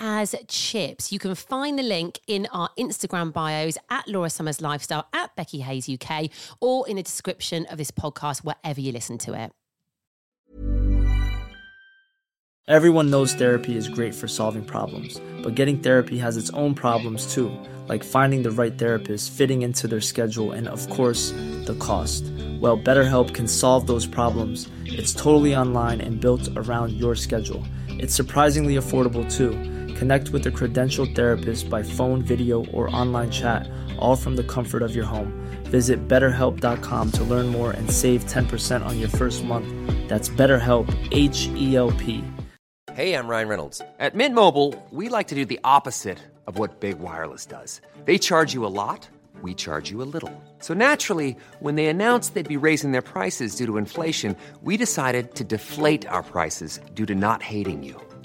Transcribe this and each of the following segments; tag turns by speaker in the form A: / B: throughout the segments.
A: as chips. You can find the link in our Instagram bios at Laura Summers Lifestyle, at Becky Hayes UK, or in the description of this podcast, wherever you listen to it.
B: Everyone knows therapy is great for solving problems, but getting therapy has its own problems too, like finding the right therapist, fitting into their schedule, and of course, the cost. Well, BetterHelp can solve those problems. It's totally online and built around your schedule. It's surprisingly affordable too. Connect with a credentialed therapist by phone, video, or online chat, all from the comfort of your home. Visit betterhelp.com to learn more and save 10% on your first month. That's BetterHelp, H E L P.
C: Hey, I'm Ryan Reynolds. At Mint Mobile, we like to do the opposite of what Big Wireless does. They charge you a lot, we charge you a little. So naturally, when they announced they'd be raising their prices due to inflation, we decided to deflate our prices due to not hating you.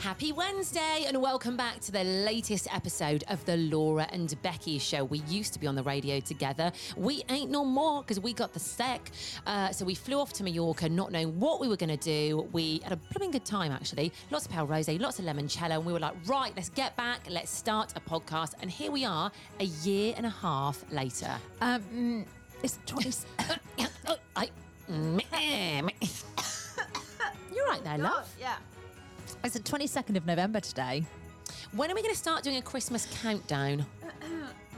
A: Happy Wednesday, and welcome back to the latest episode of the Laura and Becky show. We used to be on the radio together. We ain't no more because we got the sec. Uh, so we flew off to Mallorca, not knowing what we were going to do. We had a blooming good time, actually. Lots of pale rose, lots of limoncello, and we were like, right, let's get back, let's start a podcast. And here we are, a year and a half later.
D: Um, it's 20.
A: I- You're right there, love.
D: yeah. It's the 22nd of November today.
A: When are we going to start doing a Christmas countdown?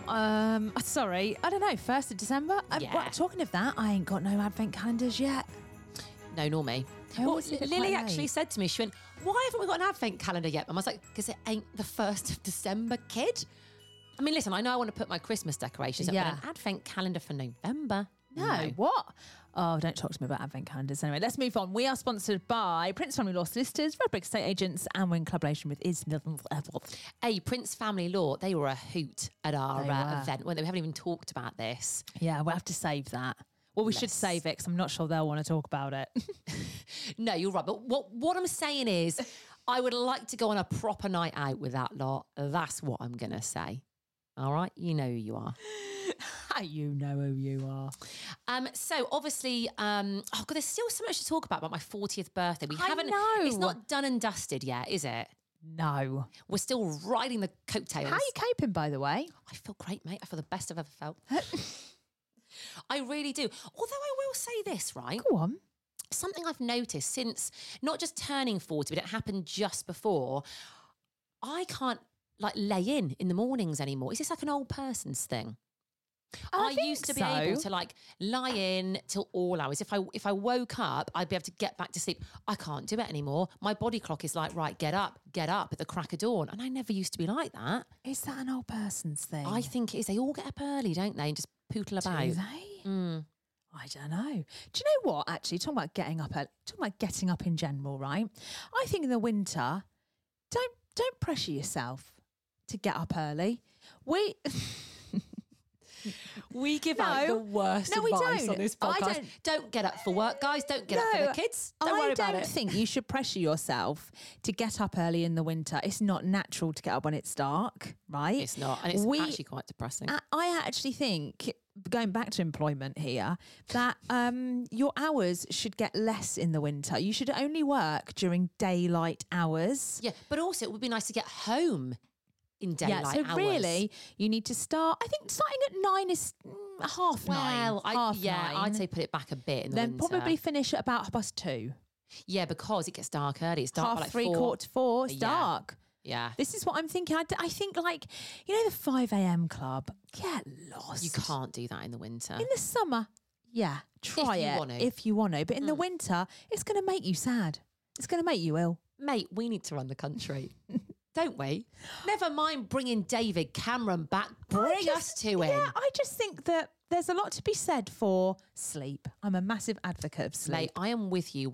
D: Um, sorry, I don't know. First of December. Um,
A: Yeah.
D: well, talking of that, I ain't got no advent calendars yet.
A: No, nor me.
D: I
A: Well,
D: always leave it
A: Lily
D: quite
A: actually
D: late.
A: said to me, she went, Why haven't we got an advent calendar yet? Mum, I was like, Because it ain't the 1st of December, kid. I mean, listen, I know I want to put my Christmas decorations up,
D: Yeah.
A: but an advent calendar for November?
D: No, what? Oh, don't talk to me about advent calendars. Anyway, let's move on. We are sponsored by Prince Family Law Solicitors, Red Brick Estate Agents, and we're in collaboration with Is
A: Hey, Prince Family Law, they were a hoot at our
D: They
A: uh,
D: were.
A: event, weren't they? We haven't even talked about this.
D: Yeah, we'll have to save that. Well, we should
A: Yes.
D: save it because I'm not sure they'll want to talk about it.
A: No, you're right. But what, what I'm saying is, I would like to go on a proper night out with that lot. That's what I'm going to say. All right? You know who you are.
D: you know who you are.
A: Um, so obviously, um, oh god, there's still so much to talk about about my 40th birthday. We
D: I
A: haven't. It's
D: know.
A: not done and dusted yet, is it?
D: No.
A: We're still riding the coattails.
D: How are you coping, by the way?
A: I feel great, mate. I feel the best I've ever felt. I really do. Although I will say this, right?
D: Go on.
A: Something I've noticed since not just turning 40, but it happened just before. I can't like lay in in the mornings anymore. Is this like an old person's thing? I, used to be able to like lie in till all hours. If I if I woke up, I'd be able to get back to sleep. I can't do it anymore. My body clock is like, right, get up, get up at the crack of dawn. And I never used to be like that.
D: Is that an old person's thing?
A: I think it is. They all get up early, don't they? And just pootle
D: Do
A: about.
D: they?
A: Mm.
D: I don't know. Do you know what? Actually, talking about getting up, early, talking about getting up in general, right? I think in the winter, don't don't pressure yourself to get up early. We
A: We give out
E: No.
A: the worst
E: No, we
A: advice
E: don't.
A: on this
E: I
A: podcast.
E: don't-
A: get up for work, guys. Don't get up for the kids. Don't
D: I
A: worry
D: don't
A: about it.
D: think you should pressure yourself to get up early in the winter. It's not natural to get up when it's dark, right?
A: it's not, and it's actually quite depressing.
D: I, I actually think going back to employment here that um, your hours should get less in the winter. You should only work during daylight hours.
A: yeah, but also it would be nice to get home in daylight
D: yeah, so
A: hours.
D: really, you need to start. I think starting at nine is mm, half nine.
A: Well, I,
D: half
A: yeah,
D: nine.
A: I'd say put it back a bit. In the
D: then
A: winter.
D: probably finish at about half past two,
A: yeah, because it gets dark early. It's dark by
D: half
A: like
D: three,
A: four.
D: quarter to four. It's
A: Yeah.
D: dark.
A: Yeah,
D: This is what I'm thinking. I, d- I think like you know the five a.m. club. Get lost.
A: you can't do that in the winter.
D: in the summer. Yeah, try
A: you
D: it
A: want to. Mm.
D: if you want to. But in the winter, it's going to make you sad. It's going to make you ill.
A: Mate, we need to run the country. Don't we? Never mind bringing David Cameron back. Bring us
D: just-
A: to
D: Yeah,
A: him.
D: I just think that there's a lot to be said for sleep. I'm a massive advocate of sleep.
A: Mate, I am with you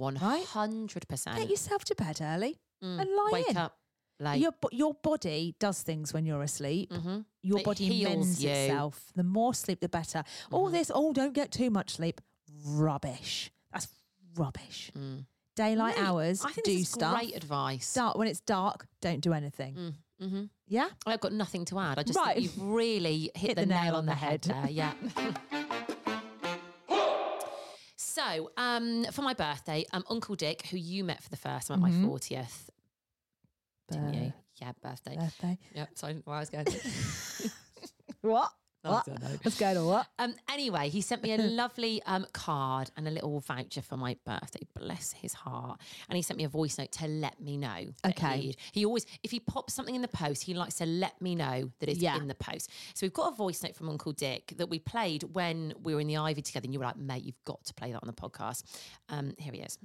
A: 100%.
D: Get yourself to bed early and lie
A: Mm, Wake
D: in.
A: up late.
D: Your bo- your body does things when you're asleep. Your
A: Mm-hmm. It
D: body
A: heals
D: mends
A: you. Mm-hmm.
D: itself. The more sleep, the better. All this, oh, don't get too much sleep. Rubbish. That's rubbish. Daylight
A: Mate,
D: hours.
A: Mm. I think
D: do
A: this is
D: stuff.
A: great Mm, advice.
D: Dark when it's dark. Don't do anything.
A: mm-hmm.
D: Yeah.
A: I've got nothing to add. I just
D: Right.
A: think you've really hit, the, nail, on the head, there. Yeah. so, um, for my birthday, um, Uncle Dick, who you met for the first time at my 40th, didn't you? Yeah, birthday.
D: Birthday.
A: Yep, so I didn't know where I was going.
D: What?
A: I
D: What?
A: don't know.
D: Let's go to what?
A: Um, anyway, he sent me a lovely um, card and a little voucher for my birthday. Bless his heart. And he sent me a voice note to let me know. that
D: Okay.
A: he'd- He always, if he pops something in the post, he likes to let me know that it's
D: Yeah.
A: in the post. So we've got a voice note from Uncle Dick that we played when we were in the Ivy together. And you were like, mate, you've got to play that on the podcast. Um, here he is.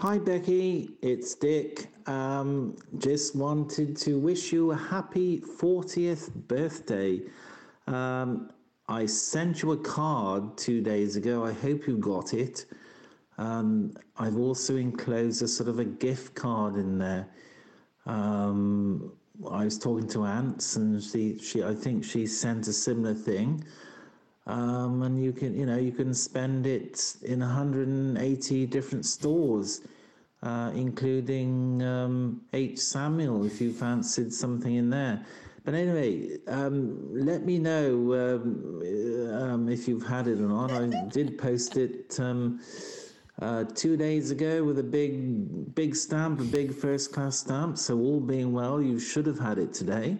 F: Hi, Becky. It's Dick. Um, just wanted to wish you a happy 40th birthday. Um, I sent you a card two days ago. I hope you got it. Um, I've also enclosed a sort of a gift card in there. Um, I was talking to Ants, and she, she, I think she sent a similar thing um, and you can you know you can spend it in 180 different stores uh, including um, H. Samuel, if you fancied something in there. But anyway, um, let me know um, um, if you've had it or not. I did post it um, uh, two days ago with a big, big stamp, a big first class stamp. So, all being well, you should have had it today.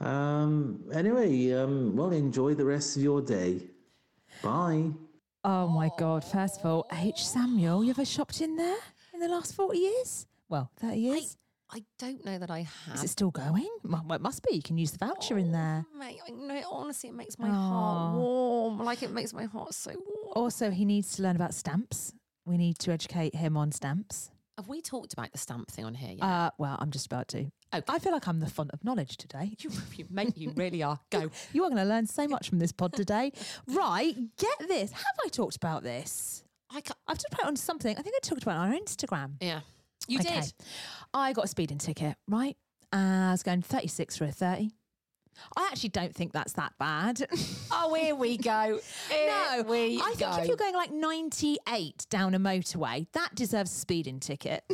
F: Um, anyway, um, well, enjoy the rest of your day. Bye.
D: Oh my God. First of all, H. Samuel, you ever shopped in there in the last 40 years? Well, 30
A: I,
D: years?
A: I don't know that I have. Oh.
D: Is it still going? Well, well, it must be. You can use the voucher in there.
A: Mate, I know, honestly, it makes my heart
D: Aw.
A: warm. Like, it makes my heart so warm.
D: Also, he needs to learn about stamps. We need to educate him on stamps.
A: Have we talked about the stamp thing on here yet?
D: Uh, well, I'm just about to.
A: Okay.
D: I feel like I'm the font of knowledge today.
A: You, you mate, you really are. Go.
D: You are going to learn so much from this pod today. right, get this. Have I talked about this?
A: I can't.
D: I've talked about it on something. I think I talked about it on our Instagram.
A: Yeah. You
D: Okay.
A: did.
D: I got a speeding ticket, right? Uh, I was going 36 for a 30. I actually don't think that's that bad.
A: Oh, here we go.
D: no, I think if you're going like 98 down a motorway, that deserves a speeding ticket.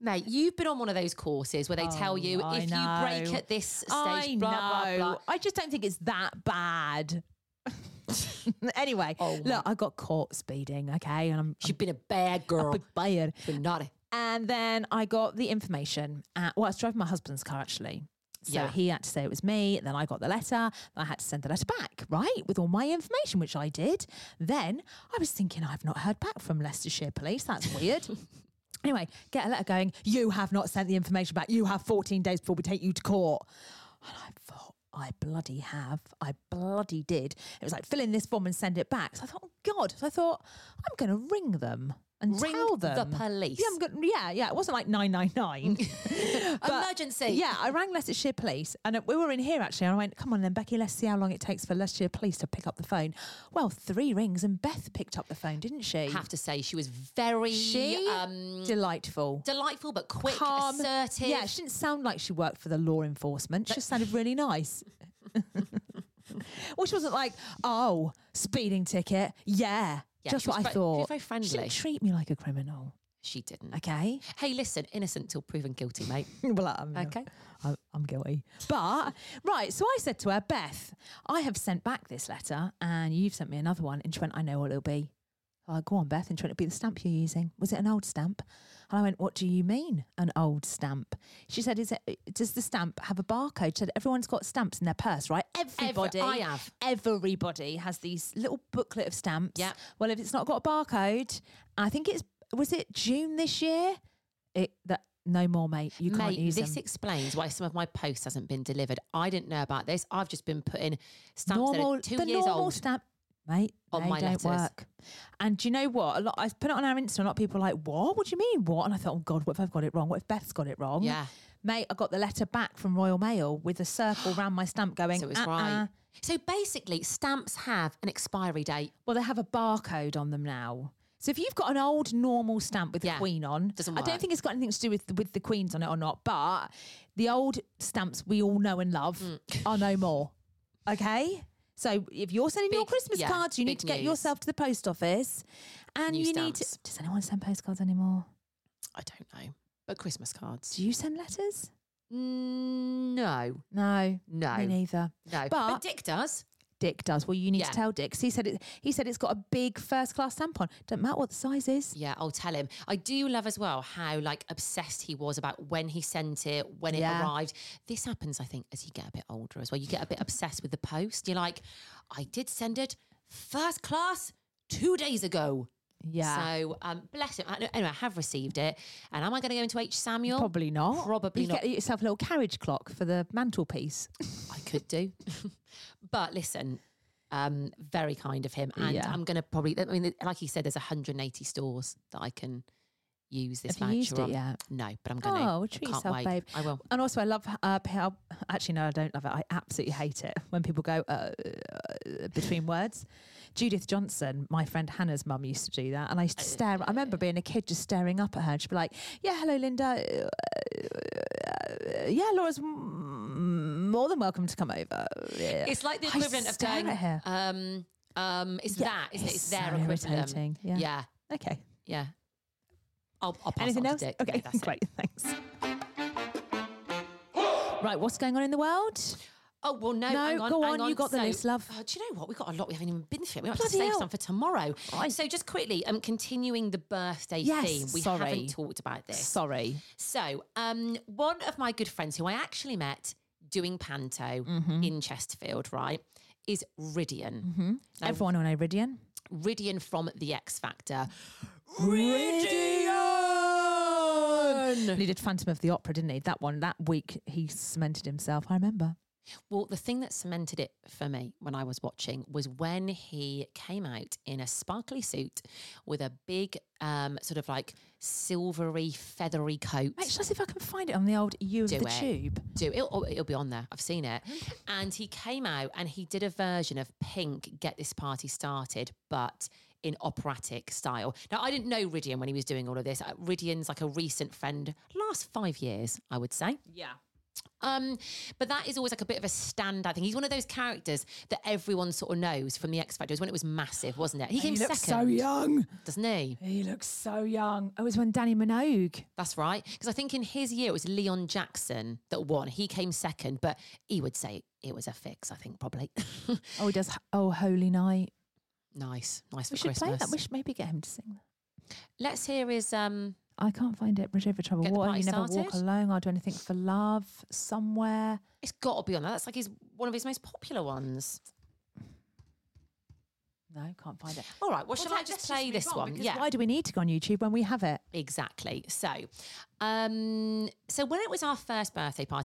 A: Mate, you've been on one of those courses where they tell you
D: Oh, I
A: if you break
D: know.
A: at this stage,
D: I
A: blah,
D: know.
A: blah, blah.
D: I just don't think it's that bad. anyway,
A: Oh,
D: look, I got caught speeding, okay, and I'm,
A: You've been a bad girl.
D: I'm fired.
A: Been naughty.
D: And then I got the information. At, well, I was driving my husband's car actually. So
A: Yeah.
D: he had to say it was me. Then I got the letter. I had to send the letter back, right, with all my information, which I did. Then I was thinking, I've not heard back from Leicestershire Police. That's weird. anyway, get a letter going, you have not sent the information back. You have 14 days before we take you to court. And I thought, I bloody have. I bloody did. It was like, fill in this form and send it back. So I thought, oh God. So I thought, I'm going to ring them. and
A: Ring
D: tell
A: the
D: them
A: police.
D: Yeah, I'm good. yeah, yeah. It wasn't like nine nine nine.
A: Emergency.
D: Yeah, I rang Leicestershire Police, and uh, we were in here actually. And I went, "Come on, then, Becky, let's see how long it takes for Leicestershire Police to pick up the phone." Well, three rings, and Beth picked up the phone, didn't she?
A: Have to say, she was very
D: she
A: um,
D: delightful,
A: delightful but quick,
D: calm.
A: assertive.
D: Yeah, she didn't sound like she worked for the law enforcement. She just sounded really nice. Which wasn't like, oh, speeding ticket. Yeah.
A: Yeah,
D: just
A: she was
D: what I
A: ve- she was
D: thought.
A: very
D: She
A: friendly.
D: didn't treat me like a criminal.
A: she didn't.
D: Okay.
A: Hey, listen, innocent till proven guilty, mate.
D: well, I'm,
A: Okay.
D: okay. I'm, I'm guilty. But, right. So I said to her, Beth, I have sent back this letter and you've sent me another one. And she went, I know what it'll be. I go on, Beth, and she went, it'll be the stamp you're using. Was it an old stamp? And I went, what do you mean, an old stamp? She said, is it, does the stamp have a barcode? She said, everyone's got stamps in their purse, right? Everybody.
A: I have.
D: Everybody has these little booklet of stamps.
A: Yep.
D: Well, if it's not got a barcode, I think it's, was it June this year? It, that, no more, mate. You can't
A: Mate,
D: use
A: this
D: them.
A: explains why some of my posts hasn't been delivered. I didn't know about this. I've just been putting stamps that are two
D: the
A: years
D: normal
A: old.
D: stamp, mate.
A: on
D: they
A: my
D: don't
A: letters.
D: work. And do you know what? A lot. I put it on our Insta. A lot of people are like, "What? What do you mean? What?" And I thought, "Oh God, what if I've got it wrong? What if Beth's got it wrong?"
A: Yeah.
D: mate. I got the letter back from Royal Mail with a circle round my stamp, going,
A: so it's
D: "Uh-uh."
A: right. So basically, stamps have an expiry date.
D: Well, they have a barcode on them now. So if you've got an old normal stamp with
A: Yeah,
D: the Queen on,
A: doesn't
D: I don't
A: work.
D: think it's got anything to do with with the Queen's on it or not. But the old stamps we all know and love
A: Mm.
D: are no more. Okay. So if you're sending your
A: Big-
D: Christmas
A: yeah,
D: cards, you
A: big
D: need to get
A: news.
D: yourself to the post office, and
A: New
D: you need.
A: stamps.
D: To, does anyone send postcards anymore?
A: I don't know, but Christmas cards.
D: Do you send letters?
A: Mm, No,
D: No,
A: No.
D: me neither.
A: no. But,
D: But-
A: Dick does.
D: Dick does. Well, you need
A: Yeah.
D: to tell Dick. 'cause He said it. He said it's got a big first class stamp on. Don't matter what the size is.
A: Yeah, I'll tell him. I do love as well how like obsessed he was about when he sent it, when it
D: Yeah.
A: arrived. This happens, I think, as you get a bit older as well. You get a bit obsessed with the post. You're like, I did send it first class two days ago.
D: Yeah.
A: So um, bless him. I- Anyway, I have received it. And am I going to go into H Samuel?
D: Probably not.
A: Probably
D: you
A: not.
D: Get yourself a little carriage clock for the mantelpiece.
A: I could do. but listen, um, very kind of him. And
D: Yeah.
A: I'm going to probably, I mean, like he said, there's 180 stores that I can use this
D: Have
A: voucher
D: you used it
A: on.
D: yet?
A: No, but I'm going to.
D: Oh, treat
A: can't
D: yourself,
A: wait.
D: babe.
A: I will.
D: And also, I love uh, how. Actually, no, I don't love it. I absolutely hate it when people go uh, uh, between words. Judith Johnson, my friend Hannah's mum, used to do that, and I
A: Oh,
D: used to stare. I remember being a kid, just staring up at her, and she'd be like, "Yeah, hello, Linda. Uh, yeah, Laura's m- more than welcome to come over." Yeah.
A: It's like the
D: I
A: equivalent of
D: stare
A: going,
D: at her.
A: um, um, it's
D: Yeah,
A: that, isn't it?
D: it's
A: It's their
D: so
A: equivalent.
D: irritating. Yeah.
A: yeah.
D: okay.
A: yeah. I'll, I'll pass
D: Anything
A: on
D: else?
A: To Dick. No,
D: Okay,
A: that's it.
D: great. Thanks. Right, what's going on in the world?
A: Oh well, no.
D: No,
A: hang on,
D: go
A: hang
D: on, you got the list, love.
A: uh, do you know what? We've got a lot. We haven't even been through. We have to
D: Bloody
A: save
D: hell.
A: some for tomorrow. So just quickly, um, continuing the birthday
D: Yes,
A: theme. We
D: sorry.
A: haven't talked about this.
D: Sorry.
A: So, um, one of my good friends who I actually met doing panto
D: Mm-hmm.
A: in Chesterfield, right, is Ridian. Now,
D: Everyone on Iridian.
A: Ridian from The X Factor.
D: And he did Phantom of the Opera, didn't he? That one, that week, he cemented himself. I remember.
A: Well, the thing that cemented it for me when I was watching was when he came out in a sparkly suit with a big, um, sort of like silvery, feathery coat.
D: Mate, shall I see if I can find it on the old U of
A: Do
D: the
A: it.
D: Tube?
A: do. It'll, oh, it'll be on there. I've seen it. And he came out and he did a version of Pink Get This Party Started, but in operatic style. Now, I didn't know Ridian when he was doing all of this. Uh, Ridian's like a recent friend, last five years, I would say. Yeah. Um, but that is always like a bit of a standout thing. He's one of those characters that everyone sort of knows from the X Factor. It was when it was massive, wasn't it? He came second,
D: young.
A: doesn't he?
D: He looks so young. Oh, it was when Danny Minogue.
A: That's right. Because I think in his year it was Leon Jackson that won. He came second, but he would say it was a fix, I think, probably.
D: Oh, he does. Oh, Holy Night.
A: nice. Nice for
D: We should play
A: Christmas.
D: that. We should maybe get him to sing that.
A: Let's hear his um
D: I can't find it. Bridge over trouble.
A: Get the
D: Water.
A: party
D: You never walk
A: started.
D: alone. I'll do anything for love. Somewhere.
A: it's gotta be on that. That's like his one of his most popular ones.
D: No, can't find it.
A: All right, well, shall I just play this one?
D: Yeah. Why do we need to go on YouTube when we have it?
A: Exactly. So um so when it was our first birthday party.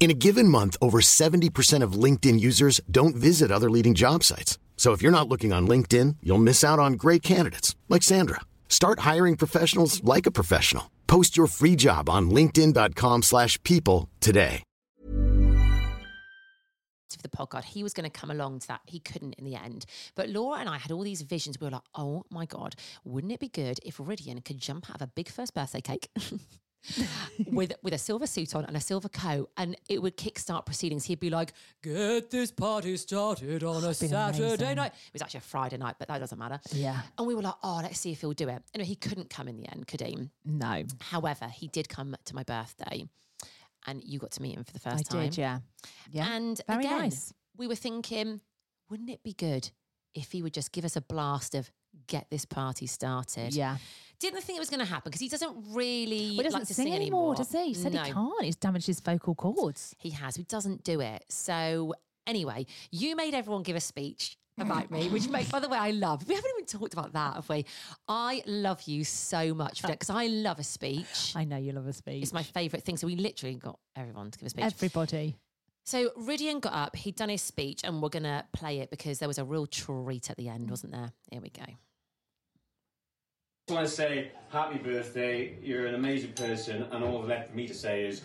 G: In a given month, over 70% of LinkedIn users don't visit other leading job sites. So if you're not looking on LinkedIn, you'll miss out on great candidates like Sandra. Start hiring professionals like a professional. Post your free job on linkedin.com/people slash people today.
A: of the podcast. He was going to come along to that. He couldn't in the end. But Laura and I had all these visions. We were like, oh my God, wouldn't it be good if Ridian could jump out of a big first birthday cake? with with a silver suit on and a silver coat, and it would kickstart proceedings. He'd be like, "Get this party started on a Saturday
D: amazing.
A: night." It was actually a Friday night, but that doesn't matter.
D: Yeah.
A: And we were like, "Oh, let's see if he'll do it." Anyway, he couldn't come in the end, could he?
D: No.
A: However, he did come to my birthday, and you got to meet him for the first
D: I
A: time.
D: did, yeah. Yeah.
A: And
D: Very
A: again,
D: nice.
A: we were thinking, wouldn't it be good if he would just give us a blast of get this party started?
D: Yeah.
A: Didn't think it was going to happen because he doesn't really
D: Well, he doesn't
A: like to
D: sing, anymore, does he? He said
A: No.
D: he can't. He's damaged his vocal cords.
A: He has. He doesn't do it. So anyway, you made everyone give a speech about me, which make by the way I love. We haven't even talked about that, have we? I love you so much for that because I love a speech.
D: I know you love a speech.
A: It's my favourite thing. So we literally got everyone to give a speech.
D: Everybody.
A: So Ridian got up, he'd done his speech, and we're going to play it because there was a real treat at the end, wasn't there? Here we go.
H: just want to say happy birthday. You're an amazing person, and all that's left for me to say is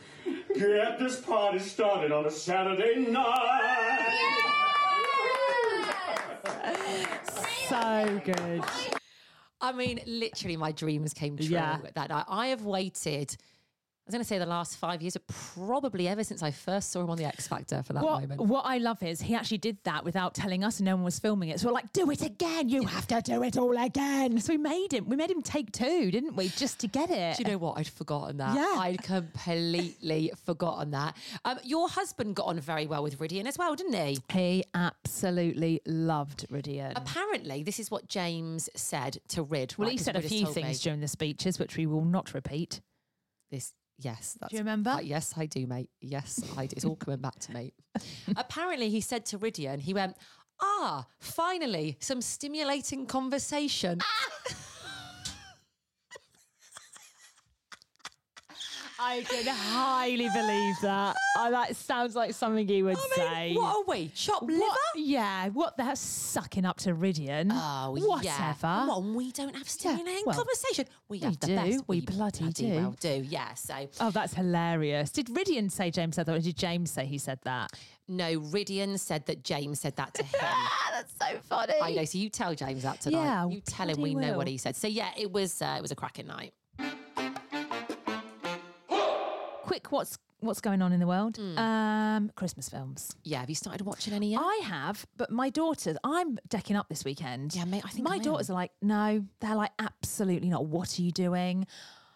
H: get this party started on a Saturday night.
D: So good.
A: I mean, literally, my dreams came true
D: Yeah.
A: that night. I have waited, I was going to say the last five years, but probably ever since I first saw him on The X Factor for that
D: What,
A: moment.
D: what I love is he actually did that without telling us and no one was filming it. So we're like, do it again. You have to do it all again. So we made him. We made him take two, didn't we? Just to get it.
A: Do you know what? I'd forgotten that.
D: Yeah.
A: I'd completely forgotten that. Um, your husband got on very well with Ridian as well, didn't he?
D: He absolutely loved Ridian.
A: Apparently, this is what James said to Rid.
D: well,
A: right,
D: he
A: 'cause
D: said a
A: Rid has
D: few
A: told me.
D: things during the speeches, which we will not repeat.
A: this yes that's,
D: you remember?
A: uh, yes i do mate yes i do it's all coming back to me apparently he said to ridian he went ah finally some stimulating conversation
D: I can highly believe that. Oh, that sounds like something he would
A: I mean, what are we chop liver
D: What? Yeah. What the hell? Sucking up to Ridian.
A: Oh,
D: Whatever.
A: yeah. Come on, we don't have stimulating
D: well,
A: conversation. We,
D: we
A: have the
D: do,
A: best.
D: we bloody do.
A: well do. Yeah. So
D: Oh, that's hilarious. Did Ridian say James said that, or did James say he said that?
A: no, Ridian said that James said that to him.
D: that's so funny.
A: I know. Ah, So you tell James that tonight.
D: Yeah,
A: you tell him we
D: bloody
A: know what
D: will.
A: he said. So yeah, it was uh, it was a cracking night.
D: Quick, what's what's going on in the world?
A: Hmm.
D: Um, Christmas films.
A: Yeah. Have you started watching any? yet?
D: I have, but my daughters, I'm decking up this weekend.
A: Yeah, mate, I think
D: my
A: I am.
D: daughters are like, no, they're like, absolutely not. What are you doing?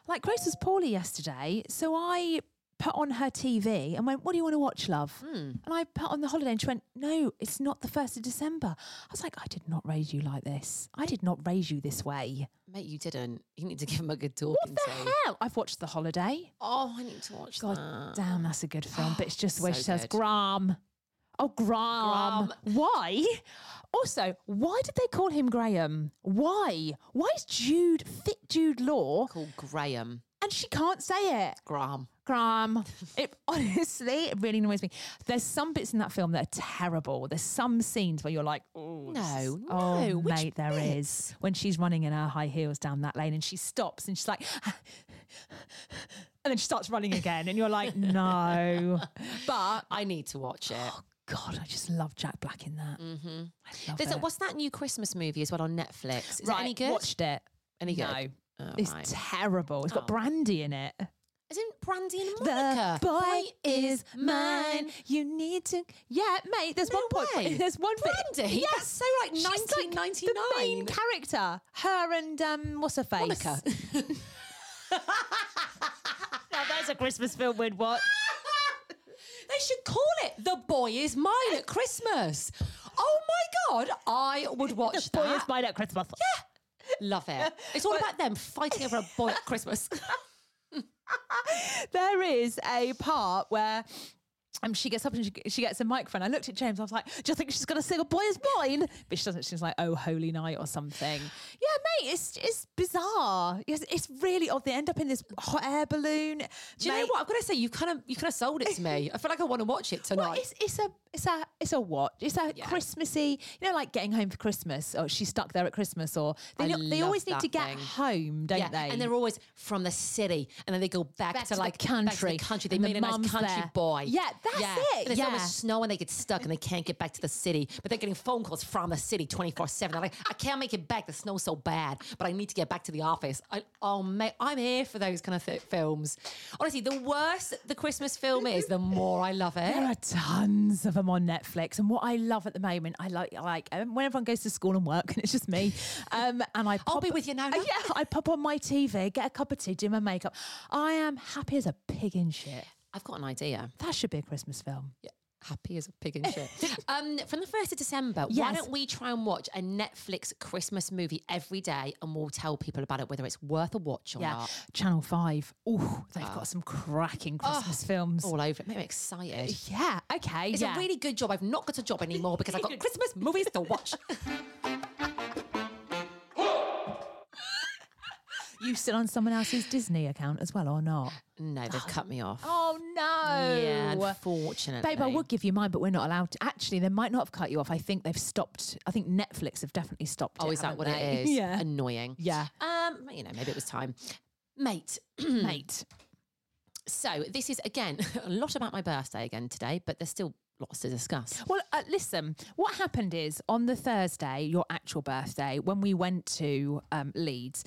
D: Like, Grace was poorly yesterday, so I put on her TV and went, "What do you want to watch, love?"
A: Hmm.
D: And I put on the holiday, and she went, "No, it's not the first of December." I was like, "I did not raise you like this. I did not raise you this way."
A: Mate, you didn't. You need to give him a good talking
D: What the
A: to.
D: hell? I've watched The Holiday.
A: Oh, I need to watch
D: God
A: that.
D: damn, that's a good film. But it's just the way
A: Ah. So
D: she says,
A: good.
D: Graham. Oh, Graham. Why? Also, why did they call him Graham? Why? Why is Jude, fit Jude Law,
A: Called Graham.
D: and she can't say it?
A: Graham.
D: Graham. It honestly, it really annoys me. There's some bits in that film that are terrible. There's some scenes where you're like, oh, this
A: No,
D: is-
A: no,
D: oh,
A: which
D: mate, there is when she's running in her high heels down that lane and she stops and she's like. And then she starts running again, and you're like, no.
A: But I need to watch it.
D: God, I just love Jack Black in that.
A: Mm.
D: Mm-hmm. I Oh, love
A: There's
D: it.
A: a, what's that new Christmas movie as well on Netflix? Is it
D: right,
A: any good?
D: Watched it.
A: Any good?
D: No.
A: Oh,
D: it's
A: right.
D: terrible. It's got brandy in it.
A: As in Brandy and
D: The
A: Monica.
D: boy
A: Right
D: is mine. You need to. Yeah, mate. There's
A: No
D: one
A: way.
D: point. There's one bit-
A: Brandy?
D: Yes.
A: That's so, like,
D: She's the main
A: 1999.
D: character. Her and um, what's her face?
A: Monica.
D: Now there's a Christmas film we'd watch.
A: They should call it The Boy Is Mine at Christmas. Oh my God, I would watch
D: Boy
A: that.
D: is mine at Christmas.
A: Love it. It's all about them fighting over a boy at Christmas.
D: there is a part where um, she gets up and she, she gets a microphone. I looked at James. I was like, "Do you think she's going to sing a boy is mine?" But she doesn't. She's like, "Oh, holy night" or something. Yeah, mate, it's it's bizarre. Yes, it's really odd. They end up in this hot air balloon.
A: Do you know what? I've got to say, you kind of you kind of sold it to me. I feel like I want to watch it tonight.
D: Well, it's, it's a it's a it's a what? It's a Christmassy, you know, like getting home for Christmas, or she's stuck there at Christmas, or they,
A: I
D: not- they
A: love
D: always need
A: that
D: to get
A: thing.
D: home, don't
A: yeah,
D: they?
A: and they're always from the city, and then they go back,
D: Back
A: to,
D: to the
A: like back to
D: country,
A: the country. They
D: and the
A: made a nice
D: mum's
A: country
D: there.
A: boy.
D: Yeah, that's
A: And
D: it,
A: it's so much
D: yeah.
A: snow, and they get stuck, and they can't get back to the city. But they're getting phone calls from the city twenty four seven. They're like, I can't make it back. The snow's so bad, but I need to get back to the office. I, oh mate, I'm here for those kind of th- films. Honestly, the worse the Christmas film is, the more I love it.
D: There are tons of them on Netflix, and what I love at the moment, I like like um, when everyone goes to school and work, and it's just me, um, and I. Pop,
A: be with you now,
D: Uh,
A: love.
D: yeah, I pop on my TV, get a cup of tea, do my makeup. I am happy as a pig in shit.
A: I've got an idea.
D: That should be a Christmas film.
A: happy as a pig in shit. um, from the 1st of December, why
D: Yes.
A: don't we try and watch a Netflix Christmas movie every day and we'll tell people about it, whether it's worth a watch or
D: Yeah,
A: not. Ah.
D: Channel Five. Oh, they've got some cracking Christmas films.
A: All over it. Made me excited.
D: Yeah. Okay.
A: Oh. It's
D: yeah.
A: a really good job. I've not got a job anymore because I've got Christmas movies to watch.
D: You sit on someone else's Disney account as well, or not?
A: no, they've cut me off.
D: Oh no.
A: Yeah, unfortunately.
D: Babe, I would give you mine, but we're not allowed to. Actually, they might not have cut you off. I think they've stopped. I think Netflix have definitely stopped.
A: Oh,
D: it,
A: is that
D: haven't
A: what
D: they?
A: it is?
D: Yeah.
A: Annoying.
D: Yeah.
A: Um, you know, maybe it was time. Mate,
D: Mate.
A: so this is again a lot about my birthday again today, but there's still lots to discuss.
D: Well, uh, listen, what happened is on the Thursday, your actual birthday, when we went to um, Leeds,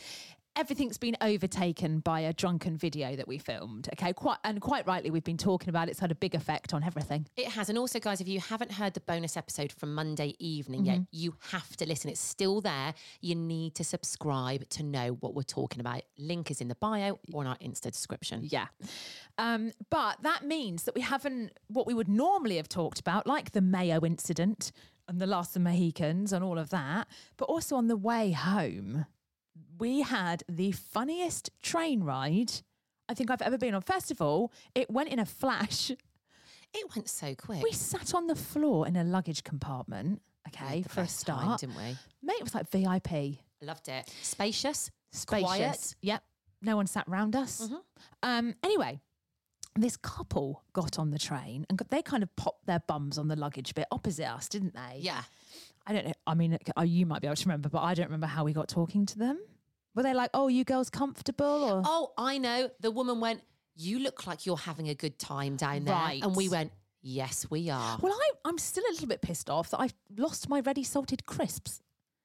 D: everything's been overtaken by a drunken video that we filmed. Okay. Quite, and quite rightly, we've been talking about it. It's had a big effect on everything.
A: It has. And also, guys, if you haven't heard the bonus episode from Monday evening
D: Mm-hmm.
A: yet, you have to listen. It's still there. You need to subscribe to know what we're talking about. Link is in the bio or in our Insta description.
D: Yeah. Um, but that means that we haven't what we would normally have talked about, like the Mayo incident and the last of the Mohicans and all of that. But also on the way home, we had the funniest train ride I think I've ever been on. First of all, it went in a flash.
A: It went so quick.
D: We sat on the floor in a luggage compartment, okay,
A: the
D: for a
A: best time,
D: start.
A: didn't we?
D: Mate, it was like VIP
A: Loved it. Spacious,
D: spacious.
A: quiet.
D: Yep. No one sat round us. Um, anyway, this couple got on the train and got, they kind of popped their bums on the luggage bit opposite us, didn't they?
A: Yeah.
D: I don't know. I mean, uh, you might be able to remember, but I don't remember how we got talking to them. Were they like, "Oh, you girls comfortable?" Or
A: Oh, I know. The woman went, You look like you're having a good time down there.
D: Right.
A: And we went, Yes, we are.
D: well, I, I'm still a little bit pissed off that I lost my ready salted crisps.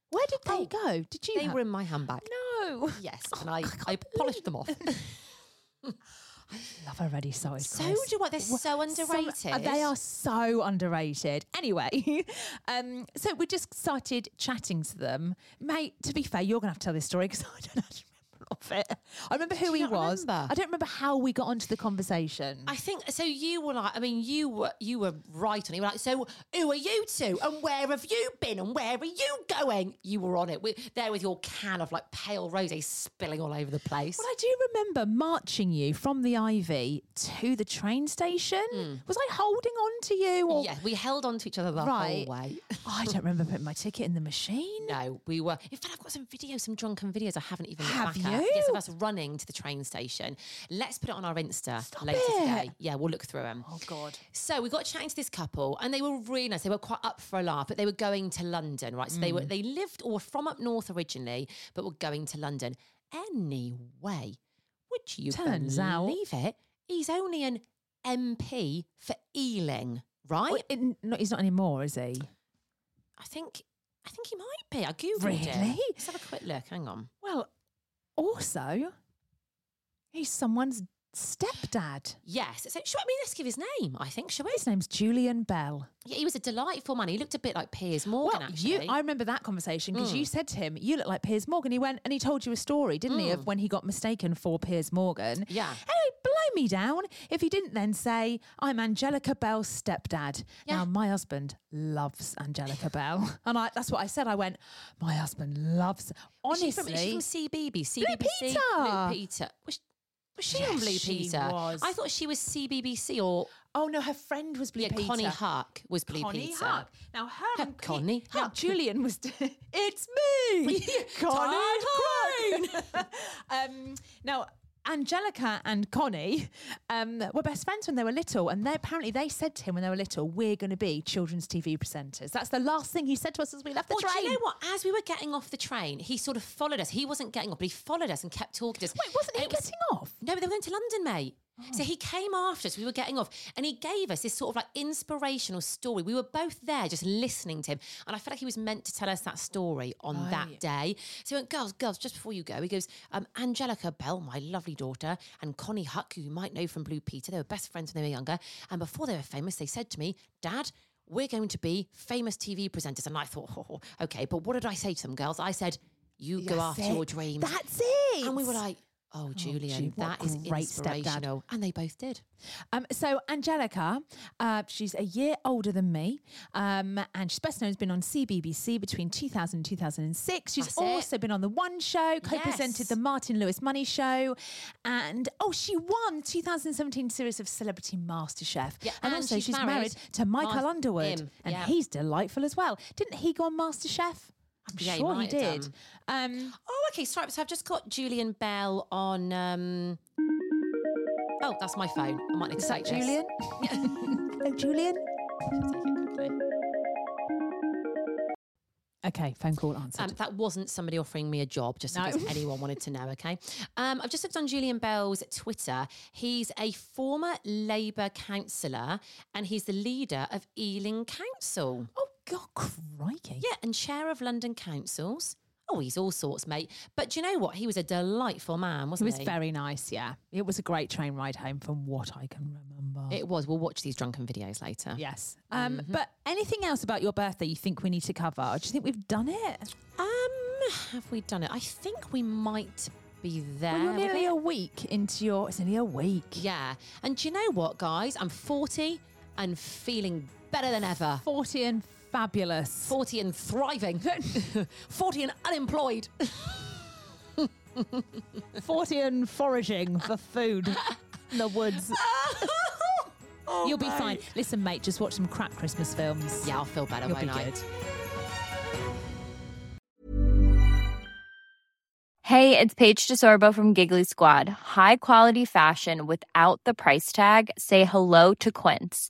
D: Where did they
A: Oh,
D: go? Did you?
A: they
D: have-
A: were in my handbag.
D: no. Oh,
A: Yes. And I, I polished them off.
D: Love a ready salted.
A: so
D: crisp.
A: do I. They're so underrated.
D: Some- uh, they are so underrated. Anyway, um, so we just started chatting to them. Mate, to be fair, you're going to have to tell this story because I don't actually remember of it. I remember who he
A: not
D: was.
A: remember?
D: I don't remember how we got onto the conversation.
A: I think so. You were like, I mean, you were you were right on it. You were like, so who are you two, and where have you been, and where are you going? You were on it with, there with your can of like pale rosé spilling all over the place.
D: well, I do remember marching you from the Ivy to the train station. Was I holding on to you? Or
A: Hmm. yeah, we held on to each other the
D: right?
A: whole way.
D: I don't remember putting my ticket in the machine.
A: No, we were. In fact, I've got some videos, some drunken videos I haven't even looked back
D: Have
A: at. Yes, of
D: you?
A: us running to the train station. Let's put it on our Insta
D: Stop
A: later today.
D: it.
A: Yeah, we'll look through them.
D: Oh God.
A: So we got chatting to this couple, and they were really nice. They were quite up for a laugh, but they were going to London, right? So they
D: Mm.
A: were they lived or were from up north originally, but were going to London anyway. Would you
D: Turns out-
A: believe it? He's only an MP for Ealing, right?
D: Well, it- no, he's not anymore, is he?
A: I think I think he might be. I googled it.
D: Really?
A: Let's have a quick look. Hang on.
D: Well, also, he's someone's stepdad.
A: Yes. So, sure, I mean, let's give his name, I think, shall we?
D: His name's Julian Bell.
A: Yeah, he was a delightful man. He looked a bit like Piers Morgan,
D: well,
A: actually. Hmm.
D: you, I remember that conversation because you said to him, "You look like Piers Morgan." He went and he told you a story, didn't he, of when he got mistaken for Piers Morgan?
A: Hmm. Yeah.
D: Anyway, blow me down if he didn't then say, "I'm Angelica Bell's stepdad." Now, my husband loves Angelica Bell, and I, that's what I said. I went, "My husband loves." Honestly,
A: She's from, is she from CBB, CBBC.
D: Peter.
A: Blue Peter. Was she, was she on
D: Yes,
A: Blue
D: she
A: Peter?
D: was.
A: I thought she was CBBC or
D: oh no, her friend was Blue
A: yeah,
D: Peter.
A: Connie Huck was Blue
D: Connie
A: Peter.
D: Huck. Now her
A: Her
D: and Pe-
A: Connie
D: now,
A: Huck.
D: Julian was. it's me, Connie Huck. um, now. Angelica and Connie um, were best friends when they were little, and they apparently they said to him when they were little, "We're going to be children's TV presenters." That's the last thing he said to us as we left the
A: Well,
D: train.
A: do you know what? As we were getting off the train, he sort of followed us. He wasn't getting off, but he followed us and kept talking to us.
D: Wait, wasn't he
A: And it was-
D: getting off?
A: No, but they were going to London, mate. So he came after us. We were getting off, and he gave us this sort of like inspirational story. We were both there, just listening to him, and I felt like he was meant to tell us that story on that day. So he went, "Girls, girls, just before you go," he goes, um, "Angelica Bell, my lovely daughter, and Connie Huck, who you might know from Blue Peter. They were best friends when they were younger, and before they were famous, they said to me, Dad." We're going to be famous TV presenters. And I thought, oh, okay, but what did I say to them, girls? I said, you go
D: That's
A: after your
D: it.
A: dreams.
D: That's it.
A: And we were like, oh, Julian,
D: gee, what
A: that is
D: great stepdad."
A: inspirational. And they both did.
D: Um, so Angelica, uh, she's a year older than me, um, and she's best known has been on CBBC between 2000 and 2006. She's
A: That's it.
D: also been on the One Show, co-presented
A: Yes.
D: the Martin Lewis Money Show, and oh, she won 2017 series of Celebrity MasterChef,
A: Yeah,
D: and,
A: and
D: also
A: she's
D: she's married,
A: married
D: to Michael
A: Mar-
D: Underwood,
A: him,
D: and
A: yeah.
D: he's delightful as well. Didn't he go on MasterChef? I'm
A: Yeah, he
D: sure he,
A: might have
D: did. Um,
A: Oh, okay. Sorry. So I've just got Julian Bell on. Um... Oh, that's my phone. I might need
D: is
A: to
D: that
A: take this.
D: Julian? Hello, Julian.
A: Shall I take it quickly?
D: Okay, phone call answered.
A: Um, that wasn't somebody offering me a job, just in
D: No.
A: case anyone wanted to know, okay? Um, I've just looked on Julian Bell's Twitter. He's a former Labour councillor and he's the leader of Ealing Council.
D: oh God, crikey!
A: Yeah, and chair of London councils. Oh, he's all sorts, mate. But do you know what? He was a delightful man,
D: It
A: wasn't he?
D: was very nice, yeah. It was a great train ride home from what I can remember.
A: It was. We'll watch these drunken videos later.
D: yes. Um, But anything else about your birthday you think we need to cover? Or do you think we've done it?
A: Um, have we done it? I think we might be there.
D: well, you're
A: with
D: nearly
A: it.
D: a week into your. It's nearly a week.
A: Yeah. And do you know what, guys? I'm 40 and feeling better than ever.
D: 40 and fabulous.
A: 40 and thriving. 40 and unemployed.
D: 40 and foraging for food in the woods. You'll be fine. Listen, mate, just watch some crap Christmas films.
A: Oh, Yeah, I'll feel better,
D: You'll be
A: won't I?
D: good.
I: Hey, it's Paige DeSorbo from Giggly Squad. High quality fashion without the price tag. Say hello to Quince.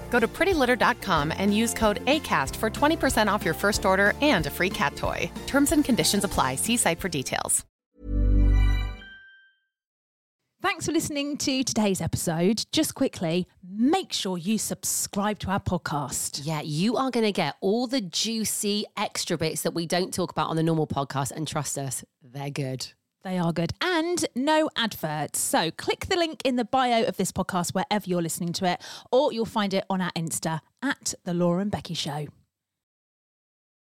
I: Go to prettylitter.com and use code ACAST for 20% off your first order and a free cat toy. Terms and conditions apply. See site for details.
D: Thanks for listening to today's episode. Just quickly, make sure you subscribe to our podcast.
A: Yeah, you are going to get all the juicy extra bits that we don't talk about on the normal podcast. And trust us, they're good.
D: They are good. And no adverts. So click the link in the bio of this podcast wherever you're listening to it, or you'll find it on our Insta at The Laura and Becky Show.